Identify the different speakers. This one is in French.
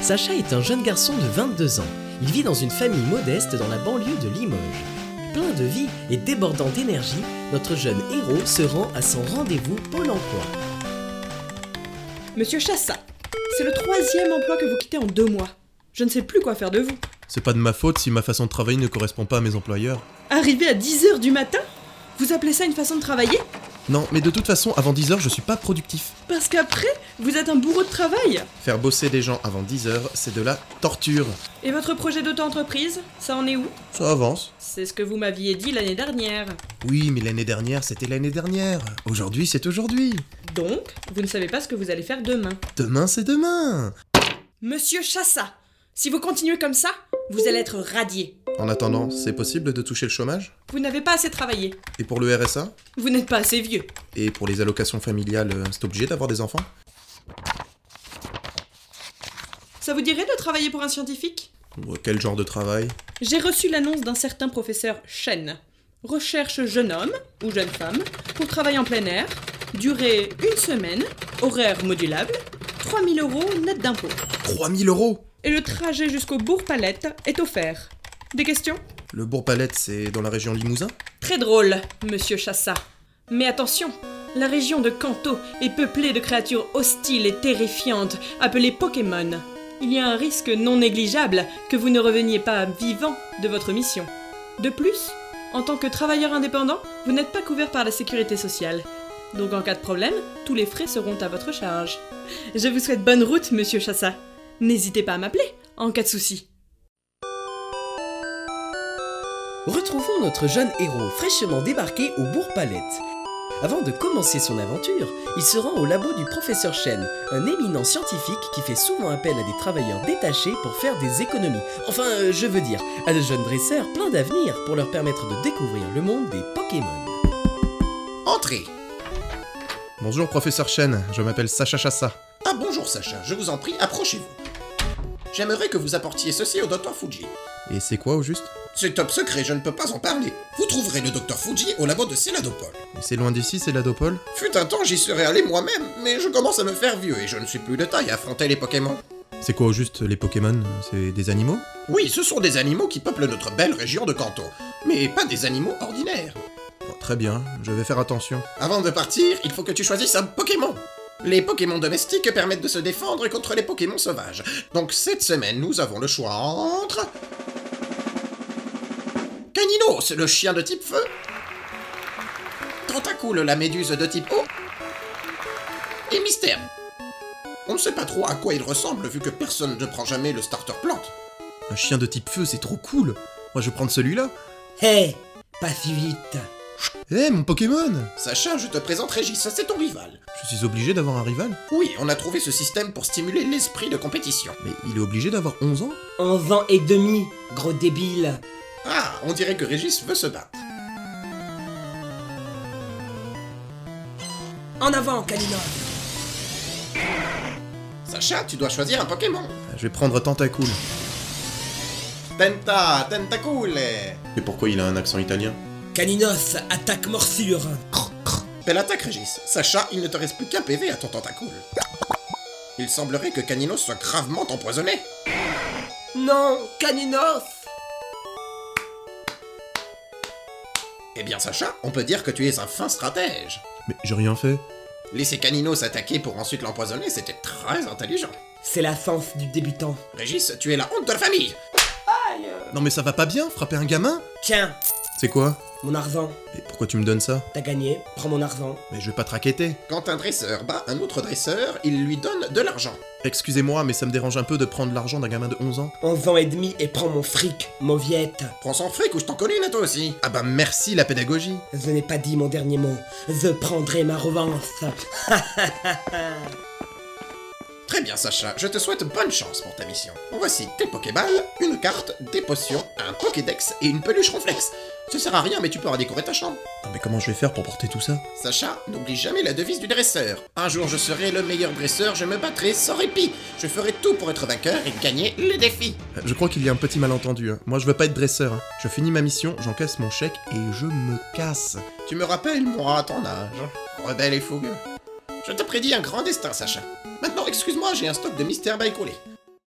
Speaker 1: Sacha est un jeune garçon de 22 ans. Il vit dans une famille modeste dans la banlieue de Limoges. Plein de vie et débordant d'énergie, notre jeune héros se rend à son rendez-vous Pôle emploi.
Speaker 2: Monsieur Chassa, c'est le troisième emploi que vous quittez en deux mois. Je ne sais plus quoi faire de vous.
Speaker 3: C'est pas de ma faute si ma façon de travailler ne correspond pas à mes employeurs.
Speaker 2: Arrivé à 10h du matin Vous appelez ça une façon de travailler
Speaker 3: Non, mais de toute façon, avant 10h, je suis pas productif.
Speaker 2: Parce qu'après, vous êtes un bourreau de travail
Speaker 3: Faire bosser des gens avant 10h, c'est de la torture.
Speaker 2: Et votre projet d'auto-entreprise, ça en est où
Speaker 3: Ça avance.
Speaker 2: C'est ce que vous m'aviez dit l'année dernière.
Speaker 3: Oui, mais l'année dernière, c'était l'année dernière. Aujourd'hui, c'est aujourd'hui.
Speaker 2: Donc, vous ne savez pas ce que vous allez faire demain.
Speaker 3: Demain, c'est demain.
Speaker 2: Monsieur Chassa, si vous continuez comme ça, vous allez être radié.
Speaker 3: En attendant, c'est possible de toucher le chômage
Speaker 2: Vous n'avez pas assez travaillé.
Speaker 3: Et pour le RSA
Speaker 2: Vous n'êtes pas assez vieux.
Speaker 3: Et pour les allocations familiales, euh, c'est obligé d'avoir des enfants
Speaker 2: Ça vous dirait de travailler pour un scientifique
Speaker 3: Ou euh, Quel genre de travail
Speaker 2: J'ai reçu l'annonce d'un certain professeur Chen. Recherche jeune homme ou jeune femme pour travail en plein air, durée une semaine, horaire modulable, 3000 euros net d'impôts.
Speaker 3: 3000 euros
Speaker 2: Et le trajet jusqu'au Bourg-Palette est offert. Des questions
Speaker 3: Le Bourg-Palette, c'est dans la région Limousin
Speaker 2: Très drôle, monsieur Chassa. Mais attention, la région de Kanto est peuplée de créatures hostiles et terrifiantes appelées Pokémon. Il y a un risque non négligeable que vous ne reveniez pas vivant de votre mission. De plus, en tant que travailleur indépendant, vous n'êtes pas couvert par la sécurité sociale. Donc en cas de problème, tous les frais seront à votre charge. Je vous souhaite bonne route, monsieur Chassa. N'hésitez pas à m'appeler en cas de souci.
Speaker 1: Retrouvons notre jeune héros fraîchement débarqué au Bourg Palette. Avant de commencer son aventure, il se rend au labo du professeur Chen, un éminent scientifique qui fait souvent appel à des travailleurs détachés pour faire des économies. Enfin, euh, je veux dire, à de jeunes dresseurs plein d'avenir pour leur permettre de découvrir le monde des Pokémon.
Speaker 4: Entrez
Speaker 3: Bonjour, professeur Chen, je m'appelle Sacha Chassa.
Speaker 4: Ah bonjour Sacha, je vous en prie, approchez-vous. J'aimerais que vous apportiez ceci au docteur Fuji.
Speaker 3: Et c'est quoi au juste
Speaker 4: C'est top secret, je ne peux pas en parler. Vous trouverez le docteur Fuji au labo de Céladopol.
Speaker 3: Et C'est loin d'ici, c'est la Dopole
Speaker 4: Fut un temps, j'y serais allé moi-même, mais je commence à me faire vieux et je ne suis plus de taille à affronter les Pokémon.
Speaker 3: C'est quoi au juste les Pokémon C'est des animaux
Speaker 4: Oui, ce sont des animaux qui peuplent notre belle région de Kanto, mais pas des animaux ordinaires.
Speaker 3: Bon, Très bien, je vais faire attention.
Speaker 4: Avant de partir, il faut que tu choisisses un Pokémon. Les Pokémon domestiques permettent de se défendre contre les Pokémon sauvages. Donc cette semaine, nous avons le choix entre... Caninos, le chien de type feu. Tentacool, la méduse de type eau. Et Mystère. On ne sait pas trop à quoi il ressemble vu que personne ne prend jamais le starter plante.
Speaker 3: Un chien de type feu, c'est trop cool Moi, je vais prendre celui-là
Speaker 5: Hé Pas si vite
Speaker 3: Eh, mon Pokémon
Speaker 4: Sacha, je te présente Régis, c'est ton rival.
Speaker 3: Je suis obligé d'avoir un rival
Speaker 4: Oui, on a trouvé ce système pour stimuler l'esprit de compétition.
Speaker 3: Mais il est obligé d'avoir 11 ans
Speaker 5: 11 ans et demi, gros débile
Speaker 4: Ah, on dirait que Régis veut se battre.
Speaker 5: En avant, Kalinov
Speaker 4: Sacha, tu dois choisir un Pokémon.
Speaker 3: Je vais prendre Tentacool.
Speaker 4: Tenta, Tentacool Et pourquoi il a un accent italien
Speaker 5: Kaninos, attaque morsure
Speaker 4: Belle attaque, Régis. Sacha, il ne te reste plus qu'un PV à ton Tentacool. Il semblerait que Caninos soit gravement empoisonné.
Speaker 5: Non, Kaninos
Speaker 4: Eh bien, Sacha, on peut dire que tu es un fin stratège.
Speaker 3: Mais j'ai rien fait.
Speaker 4: Laisser Caninos attaquer pour ensuite l'empoisonner, c'était très intelligent.
Speaker 5: C'est la sens du débutant.
Speaker 4: Régis, tu es la honte de la famille
Speaker 3: Non mais ça va pas bien, frapper un gamin
Speaker 5: Tiens,
Speaker 3: C'est quoi
Speaker 5: mon argent,
Speaker 3: Et pourquoi tu me donnes ça
Speaker 5: t'as gagné, prends mon argent.
Speaker 3: Mais je vais pas traqueter.
Speaker 4: Quand un dresseur bat un autre dresseur, il lui donne de l'argent.
Speaker 3: Excusez-moi, mais ça me dérange un peu de prendre l'argent d'un gamin de 11 ans.
Speaker 5: 11 ans et demi et prends mon fric, mauviette.
Speaker 4: Prends son fric ou je t'en colle une à toi aussi.
Speaker 3: Ah bah merci la pédagogie
Speaker 5: Je n'ai pas dit mon dernier mot. Je prendrai ma revanche.
Speaker 4: Très bien, Sacha, je te souhaite bonne chance pour ta mission. Voici tes Pokéballs, une carte, des potions, un Pokédex et une peluche ronflex. Ce sert à rien, mais tu pourras décorer ta chambre.
Speaker 3: Ah mais comment je vais faire pour porter tout ça
Speaker 4: Sacha, n'oublie jamais la devise du dresseur. Un jour je serai le meilleur dresseur, je me battrai sans répit. Je ferai tout pour être vainqueur et gagner le défi.
Speaker 3: Euh, Je crois qu'il y a un petit malentendu. hein. Moi je veux pas être dresseur. hein. Je finis ma mission, j'encaisse mon chèque et je me casse.
Speaker 4: Tu me rappelles, moi, à ton âge. Rebelle et fougueux. Je te prédis un grand destin, Sacha. Maintenant, excuse-moi, j'ai un stock de mystères à écouler.